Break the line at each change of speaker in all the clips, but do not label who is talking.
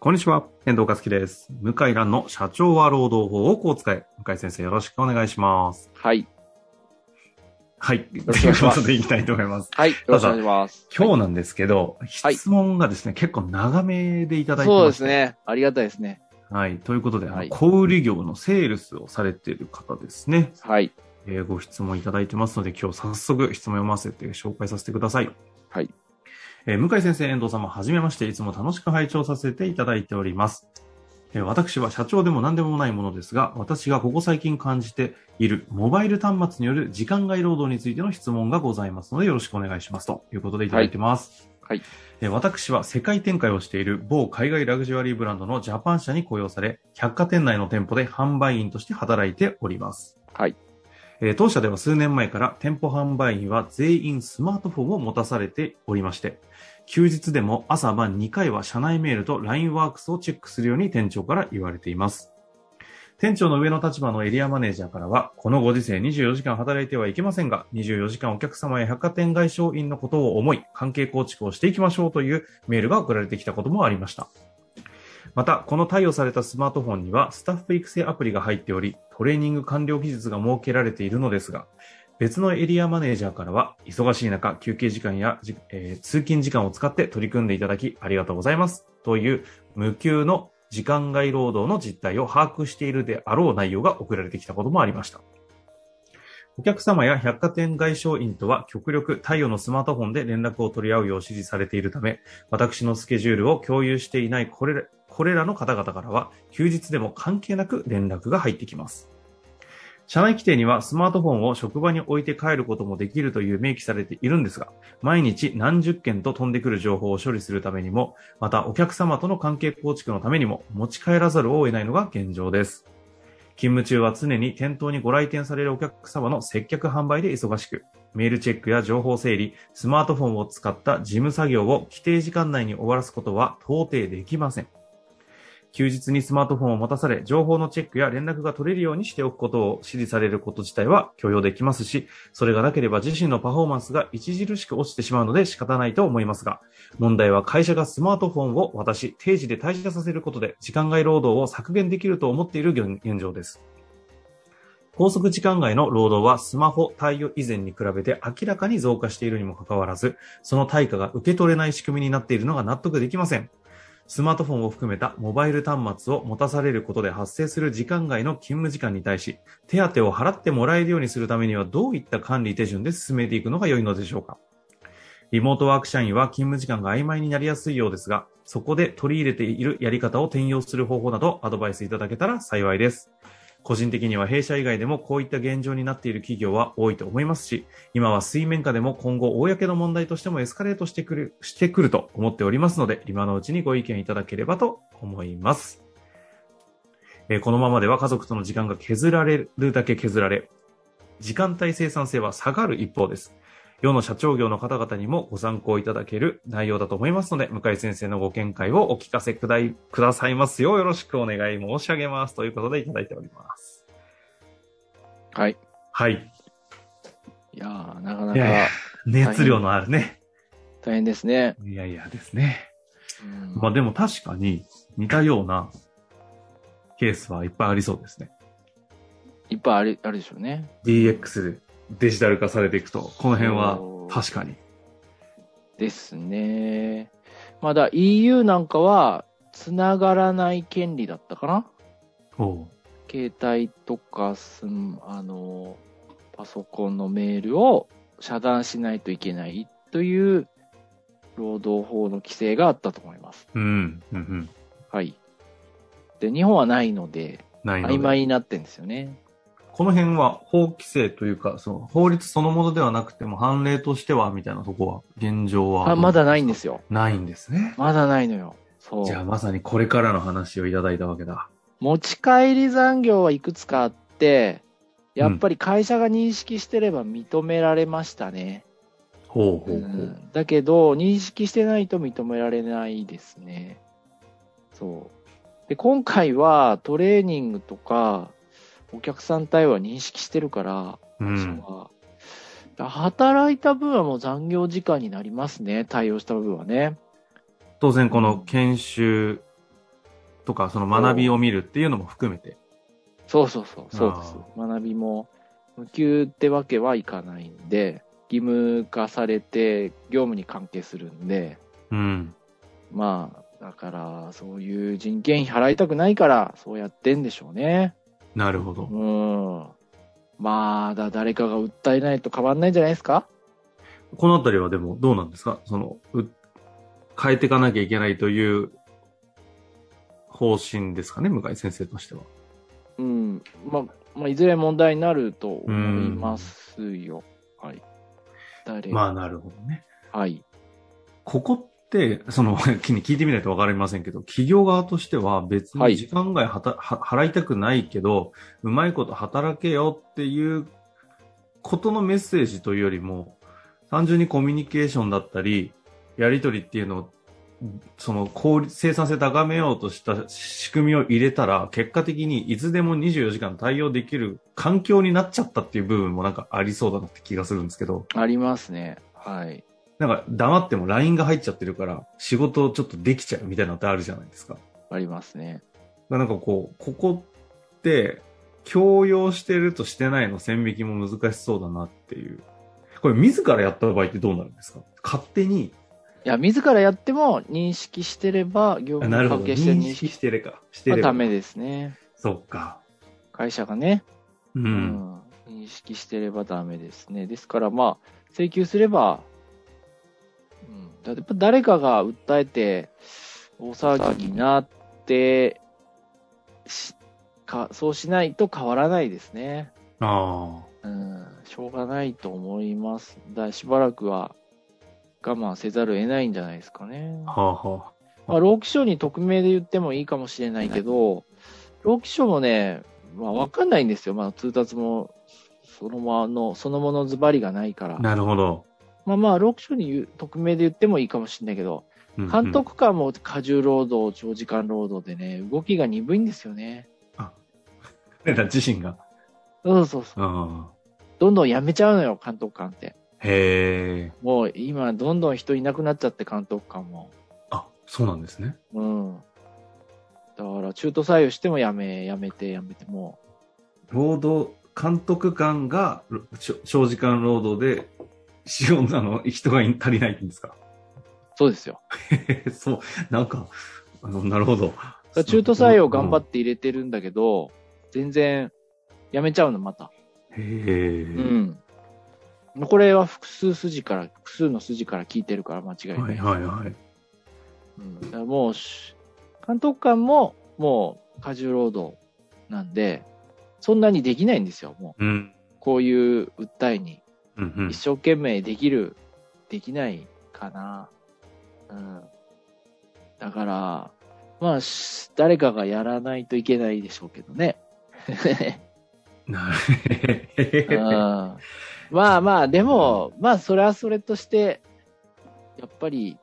こんにちは、遠藤和樹です。向井蘭の社長は労働法をこう使え。向井先生、よろしくお願いします。
はい。
はい。という
ろしくお願いしま
こ
す
とでいきたいと思います。
はい。よろしくお願いします。
今日なんですけど、
はい
質問がですね、結構長めでいただいて
そう
ま
ですす。ね。ありがたいですね。
はい。ということで、あの
はい
小売業のセールスをされている方ですね、
はい。
えーご質問いただいてますので、今日早速質問を読ませて紹介させてください。
はい。
えー向井先生、遠藤様、はじめまして、いつも楽しく拝聴させていただいております。えー私は社長でも何でもないものですが、私がここ最近感じているモバイル端末による時間外労働についての質問がございますので、よろしくお願いします。ということでいただいてます。
はいはい
えー私は世界展開をしている某海外ラグジュアリーブランドのジャパン社に雇用され、百貨店内の店舗で販売員として働いております。
はい。
えー当社では数年前から店舗販売員は全員スマートフォンを持たされておりまして、休日でも朝晩2回は社内メールと LINE ワークスをチェックするように店長から言われています。店長の上の立場のエリアマネージャーからは、このご時世24時間働いてはいけませんが、24時間お客様や百貨店外商員のことを思い、関係構築をしていきましょうというメールが送られてきたこともありました。また、この貸与されたスマートフォンにはスタッフ育成アプリが入っており、トレーニング完了技術が設けられているのですが、別のエリアマネージャーからは、忙しい中、休憩時間やじ、えー通勤時間を使って取り組んでいただき、ありがとうございます。という、無給の時間外労働の実態を把握しているであろう内容が送られてきたこともありました。お客様や百貨店外商員とは極力太陽のスマートフォンで連絡を取り合うよう指示されているため、私のスケジュールを共有していないこれらこれらの方々からは休日でも関係なく連絡が入ってきます。社内規定にはスマートフォンを職場に置いて帰ることもできるという明記されているんですが、毎日何十件と飛んでくる情報を処理するためにも、またお客様との関係構築のためにも持ち帰らざるを得ないのが現状です。勤務中は常に店頭にご来店されるお客様の接客販売で忙しく、メールチェックや情報整理、スマートフォンを使った事務作業を規定時間内に終わらすことは到底できません。休日にスマートフォンを持たされ、情報のチェックや連絡が取れるようにしておくことを指示されること自体は許容できますし、それがなければ自身のパフォーマンスが著しく落ちてしまうので仕方ないと思いますが、問題は会社がスマートフォンを渡し、定時で退社させることで時間外労働を削減できると思っている現現状です。拘束時間外の労働はスマホ対応以前に比べて明らかに増加しているにもかかわらず、その対価が受け取れない仕組みになっているのが納得できません。スマートフォンを含めたモバイル端末を持たされることで発生する時間外の勤務時間に対し、手当を払ってもらえるようにするためにはどういった管理手順で進めていくのが良いのでしょうかリモートワーク社員は勤務時間が曖昧になりやすいようですが、そこで取り入れているやり方を転用する方法などアドバイスいただけたら幸いです。個人的には弊社以外でもこういった現状になっている企業は多いと思いますし、今は水面下でも今後公の問題としてもエスカレートしてくる、してくると思っておりますので、今のうちにご意見いただければと思います。えーこのままでは家族との時間が削られるだけ削られ、時間帯生産性は下がる一方です。世の社長業の方々にもご参考いただける内容だと思いますので、向井先生のご見解をお聞かせくだいくださいますようよろしくお願い申し上げます。ということでいただいております。
はい。
はい。
いやー、なかない
やいや
か
熱量のあるね。
大変ですね。
いやいやですね。
うん
まあでも確かに似たようなケースはいっぱいありそうですね。
いっぱいあるあるでしょうね。
DX デジタル化されていくと、この辺は確かに。
ですね。まだ EU なんかは、つながらない権利だったかな
おう
携帯とかすん、あの、パソコンのメールを遮断しないといけないという労働法の規制があったと思います。
うん。うんうん。
はい。で、日本はないので、
ないので
曖昧になってんですよね。
この辺は法規制というか、その法律そのものではなくても判例としては、みたいなとこは、現状は。
あまだないんですよ。
ないんですね。
まだないのよ。そう。
じゃあまさにこれからの話をいただいたわけだ。
持ち帰り残業はいくつかあって、やっぱり会社が認識してれば認められましたね。
ほうほ
う
うほう。
んだけど、認識してないと認められないですね。そう。で、今回はトレーニングとか、お客さん対応は認識してるから、
うん。
そこは働いた分はもう残業時間になりますね、対応した分はね。
当然この研修とか、その学びを見るっていうのも含めて。
そうそうそう、そうです
あ。
学びも、無給ってわけはいかないんで、義務化されて業務に関係するんで、
うん。
まあ、だから、そういう人件費払いたくないから、そうやってんでしょうね。
なるほど
う。ん。まあ、だ誰かが訴えないと変わんないんじゃないですか
このあたりはでもどうなんですかその、う変えていかなきゃいけないという方針ですかね向井先生としては。
うん。まあ、まあ、いずれ問題になると思いますよ。はい。誰
まあなるほどね。
はい。
ここって、その、 聞いてみないとわかりませんけど、企業側としては別
は
に
い
時間外はた、は払いたくないけど、うまいこと働けよっていうことのメッセージというよりも、単純にコミュニケーションだったり、やりとりっていうのを、その効率、生産性高めようとした仕組みを入れたら、結果的にいつでも24時間対応できる環境になっちゃったっていう部分もなんかありそうだなって気がするんですけど、
ありますね。はい。
なんか黙っても LINE が入っちゃってるから仕事をちょっとできちゃうみたいなのってあるじゃないですか。だか
ありますね。
らなんかこう、ここって強要してるとしてないの線引きも難しそうだなっていう。これ自らやった場合ってどうなるんですか勝手に、
いや、自らやっても認識してれば、業
あ
務
な
に
るほ
関
ど、
係してる
認
認識
識してれか。して
は
れ
ダ
ば。
メですね。
そっか。
会社がね、
う。
うんん、認識してればダメですね。ですから、まあ、請求すれば、うん、だやっぱ誰かが訴えて、大騒ぎになって、しかそうしないと変わらないですね。
ああ。
うん、しょうがないと思います。だしばらくは我慢せざるを得ないんじゃないですかね。
はあは
まあ、労基署に匿名で言ってもいいかもしれないけど、労基署もね、まあ、わかんないんですよ。まあ、通達も、そのままの、そのものズバリがないから
あ。。なるほど。
まあまあ、労基署に言う匿名で言ってもいいかもしれないけど、
うんうん
監督官も過重労働、長時間労働でね、動きが鈍いんですよね。
彼ら 自身が。
そうそうそう。
うん。
どんどんやめちゃうのよ、監督官って。
へえ。
もう今、どんどん人いなくなっちゃって、監督官も。
あ、そうなんですね。
うん。だから、中途採用してもやめ、やめて、やめて、もう、
労働、監督官がろちょ長時間労働で、しようなの、人が足りないんですか
そうですよ。
そう、なんか、あの、なるほど。
中途採用頑張って入れてるんだけど、全然やめちゃうの、また。
て。へえ
う。ん。これは複数筋から、複数の筋から聞いてるから間違いない。
はいはいはい。
うん、だからもうし、監督官ももう過重労働なんで、そんなにできないんですよ、も
うん。
う。こういう訴えに。
うんうん
一、生懸命できる、できないかな。うん。だから、まあ、し誰かがやらないといけないでしょうけど ね。
なるへ
うん、
へへ
まあまあ、でも、まあ、それはそれとして、やっぱり、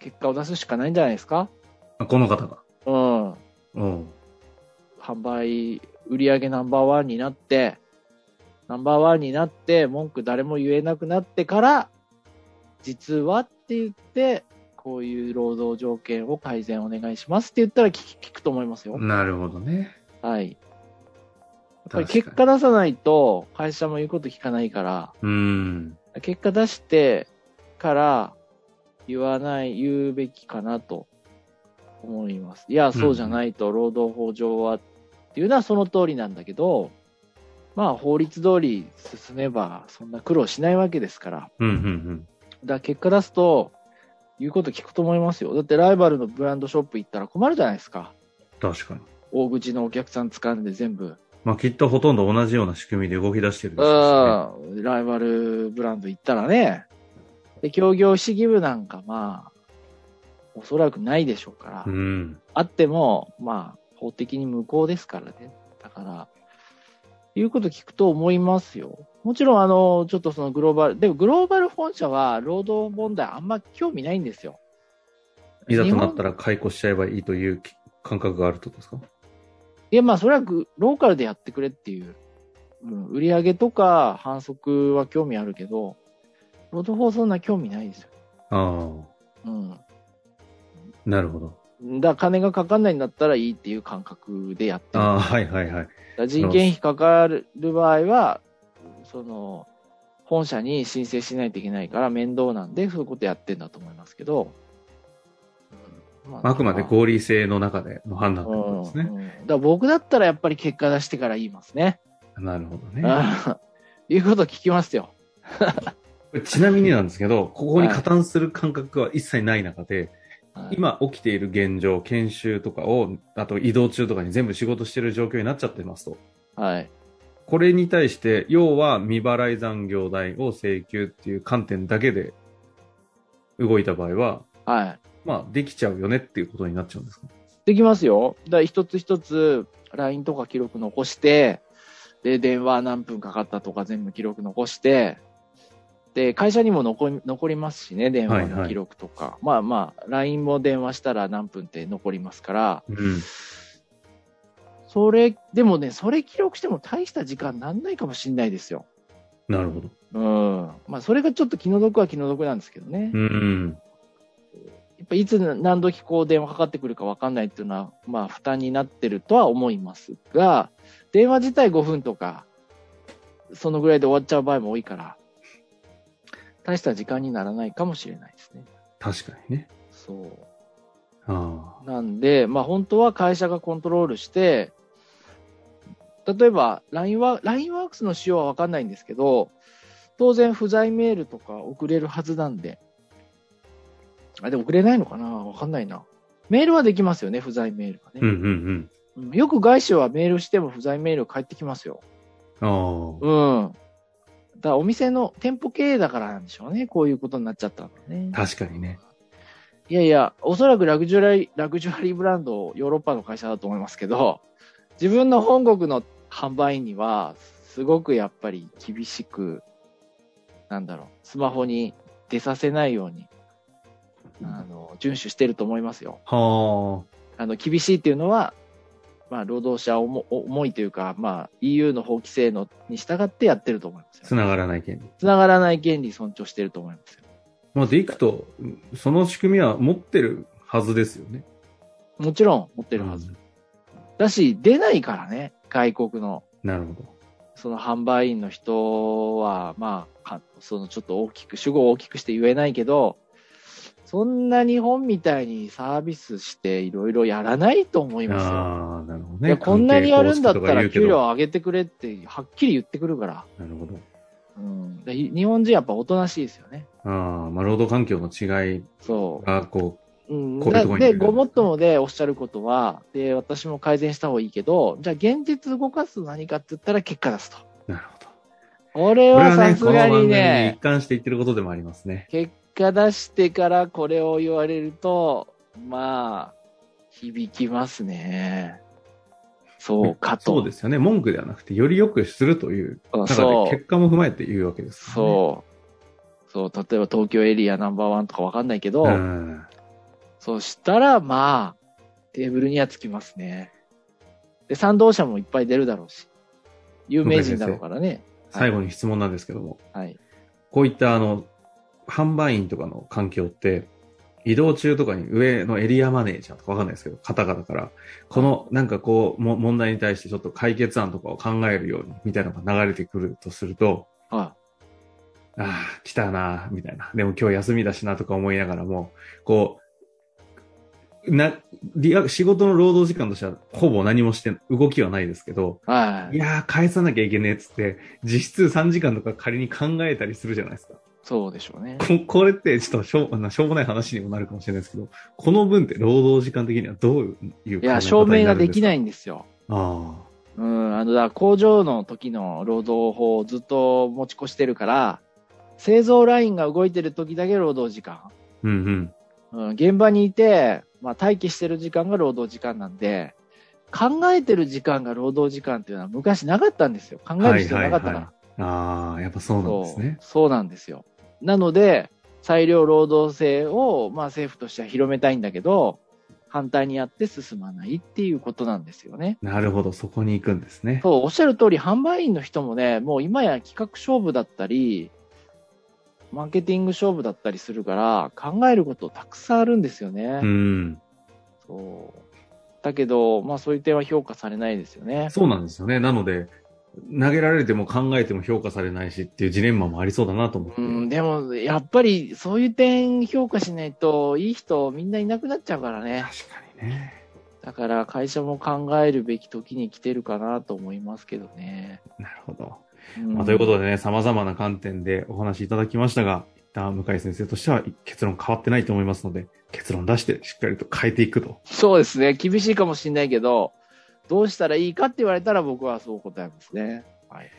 結果を出すしかないんじゃないですか
あこの方が。
うん。
うん。
販売、売り上げナンバーワンになって、ナンバーワンになって、文句誰も言えなくなってから、実はって言って、こういう労働条件を改善お願いしますって言ったら聞く聞くと思いますよ。
なるほどね。
はい。やっぱり
確かに
結果出さないと、会社も言うこと聞かないから、
うん。
結果出してから言わない、言うべきかなと思います。いや、そうじゃないと、労働法上はっていうのはその通りなんだけど、まあ法律通り進めばそんな苦労しないわけですから。
うんうんうん。
だから結果出すと、言うこと聞くと思いますよ。だってライバルのブランドショップ行ったら困るじゃないですか。
確かに。
大口のお客さん掴んで全部
まあきっとほとんど同じような仕組みで動き出してるでしょう
うん、ライバルブランド行ったらね、で協業し義務なんかまあ、おそらくないでしょうから、
しね。うん。
あっても、まあ、法的に無効ですからね。だから、いうこと聞くと思いますよ。もちろん、あの、ちょっとそのグローバル、でもグローバル本社は労働問題あんま興味ないんですよ。
いざとなったら解雇しちゃえばいいというき感覚があるってことですか
いや、まあ、それはグローカルでやってくれっていう。うん、売り上げとか反則は興味あるけど、労働法そんな興味ないですよ。
あ
うん。
あ、なるほど。
だから金がかかんないんだったらいいっていう感覚でやってる。
ああ、はいはいはい。
だから人件費かかる場合は、その、本社に申請しないといけないから面倒なんで、そういうことやってんだと思いますけど。うんま
あくまで合理性の中での判断ということですね。
うんうんだから僕だったらやっぱり結果出してから言いますね。
なるほどね。
あー いうこと聞きますよ。
ちなみになんですけど、ここに加担する感覚は一切ない中で、
はい、
今起きている現状、研修とかを、あと移動中とかに全部仕事してる状況になっちゃってますと。
はい。
これに対して、要は未払い残業代を請求っていう観点だけで動いた場合は、
はい。
まあ、できちゃうよねっていうことになっちゃうんですか
できますよ。だから一つ一つ LINE とか記録残して、で、電話何分かかったとか全部記録残して、で、会社にも残り残りますしね、電話の記録とか。まあまあ、LINE も電話したら何分って残りますから、
うん。
それ、でもね、それ記録しても大した時間なんないかもしんないですよ。
なるほど。
うん。まあ、それがちょっと気の毒は気の毒なんですけどね。
うん。
やっぱいつ何時こう電話かかってくるか分かんないっていうのは、まあ負担になってるとは思いますが、電話自体5分とか、そのぐらいで終わっちゃう場合も多いから、大した時間にならないかもしれないですね。
確かにね。
そう。
あ
なんで、まあ、本当は会社がコントロールして、例えば LINE ワ LINE ワークスの仕様は分かんないんですけど、当然不在メールとか送れるはずなんで、あ、でも送れないのかな分かんないな。メールはできますよね、不在メールが
あ。うん
ね。
うん
うんよく外資はメールしても不在メール返ってきますよ。
うん。あ
うん。だからお店の店舗経営だからなんでしょうね。こういうことになっちゃったんだね。
あ。確かにね。
いやいや、おそらくラグジュアリー、ラグジュアリーブランド、ヨーロッパの会社だと思いますけど、自分の本国の販売員には、すごくやっぱり厳しく、なんだろう、スマホに出させないように、あの、遵守してると思いますよ。
は
あの、厳しいっていうのは、まあ、労働者思思いというか、まあ、EU の法規制のに従ってやってると思います
あ。
よ。
つながらない権利。
つながらない権利尊重してると思いますよ。
まあ、でいくと、その仕組みは持ってるはずですよね。
もちろん持ってるはず。
うん
だし、出ないからね、外国の。
なるほど。
その販売員の人は、まあ、かそのちょっと大きく、主語を大きくして言えないけど、そんな日本みたいにサービスしていろいろやらないと思いますよ。
ああ、なるほど
い
ね。
やこんなにやるんだったら
関係
給
公式とか言うけ
料
ど
上げてくれってはっきり言ってくるから。
なるほど。
うん、で日本人やっぱおとなしいですよね。
ああ、まあ、労働環境の違い
そ
が、こ
う。うん、
こういうとこに
で、ごもっともでおっしゃることは、で、私も改善した方がいいけど、じゃあ現実動かすの何かって言ったら結果出すと。
う、なるほど。こ
これ
れ
は
は
さ
ね、
す
この
が
番
に
組
ね
に一、貫して言ってることでもありますね。
結果出してからこれを言われると、まあ、響きますね。そうかと。
そうですよね。文句ではなくて、より良くするという
うん
中で、
そう
結果も踏まえて言うわけです、
そう。そう。例えば東京エリアナンバーワンとかわかんないけど、
うん。
そうしたら、まあ、テーブルにはつきますね。で、賛同者もいっぱい出るだろうし、有名人だろうからね。
最後に質問なんですけども、
はい。
こういった、あの、販売員とかの環境って、移動中とかに上のエリアマネージャーとかわかんないですけど、方々から、このなんかこう、も問題に対してちょっと解決案とかを考えるように、みたいなのが流れてくるとすると、
は
ああ、来たな、みたいな。でも今日休みだしなとか思いながらも、こう、な、リア仕事の労働時間としてはほぼ何もして、動きはないですけど、
い。はい
い。やー、返さなきゃいけねえっつって、実質3時間とか仮に考えたりするじゃないですか。
そうでしょうね。
ここれってちょっとしょうあのしょうもない話にもなるかもしれないですけど、この分って労働時間的にはどういう考え方になるんですか
いや、証明ができないんですよ。
ああ、
うん、あの、だから工場の時の労働法をずっと持ち越してるから、製造ラインが動いてる時だけ労働時間。
うんうん。
うん、現場にいて、まあ、待機してる時間が労働時間なんで、考えてる時間が労働時間っていうのは昔なかったんですよ。考える必要なかったから。
い。ああ、やっぱそうなんですね。
そうそうなんですよ。なので、裁量労働制を、まあ、政府としては広めたいんだけど、反対にやって進まないっていうことなんですよね。
なるほど、そこに行くんですね。
そう、おっしゃる通り、販売員の人もね、もう今や企画勝負だったり、マーケティング勝負だったりするから、考えることたくさんあるんですよね。
うん。
そう。だけど、まあそういう点は評価されないですよね。
そうなんですよね。なので、投げられても考えても評価されないしっていうジレンマもありそうだなと思って。
うん、でも、やっぱり、そういう点評価しないと、いい人みんないなくなっちゃうからね。
確かにね。
だから、会社も考えるべき時に来てるかなと思いますけどね。
なるほど。
うん
まあ、ということでね、様々な観点でお話いただきましたが、一旦向井先生としては結論変わってないと思いますので、結論出してしっかりと変えていくと。
そうですね。厳しいかもしれないけど、どうしたらいいかって言われたら僕はそう答えますね。はい。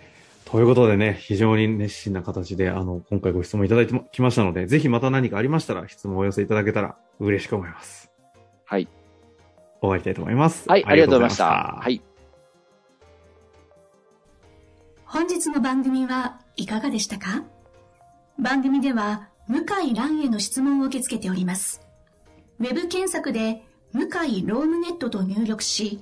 ということでね、非常に熱心な形で、あの、今回ご質問いただいてもきましたので、ぜひまた何かありましたら質問をお寄せいただけたら嬉しく思います。
はい。
終わりたいと思います。
はい、ありがとうございました。はい。
本日の番組はいかがでしたか番組では向井蘭への質問を受け付けております。ウェブ検索で向井ロームネットと入力し、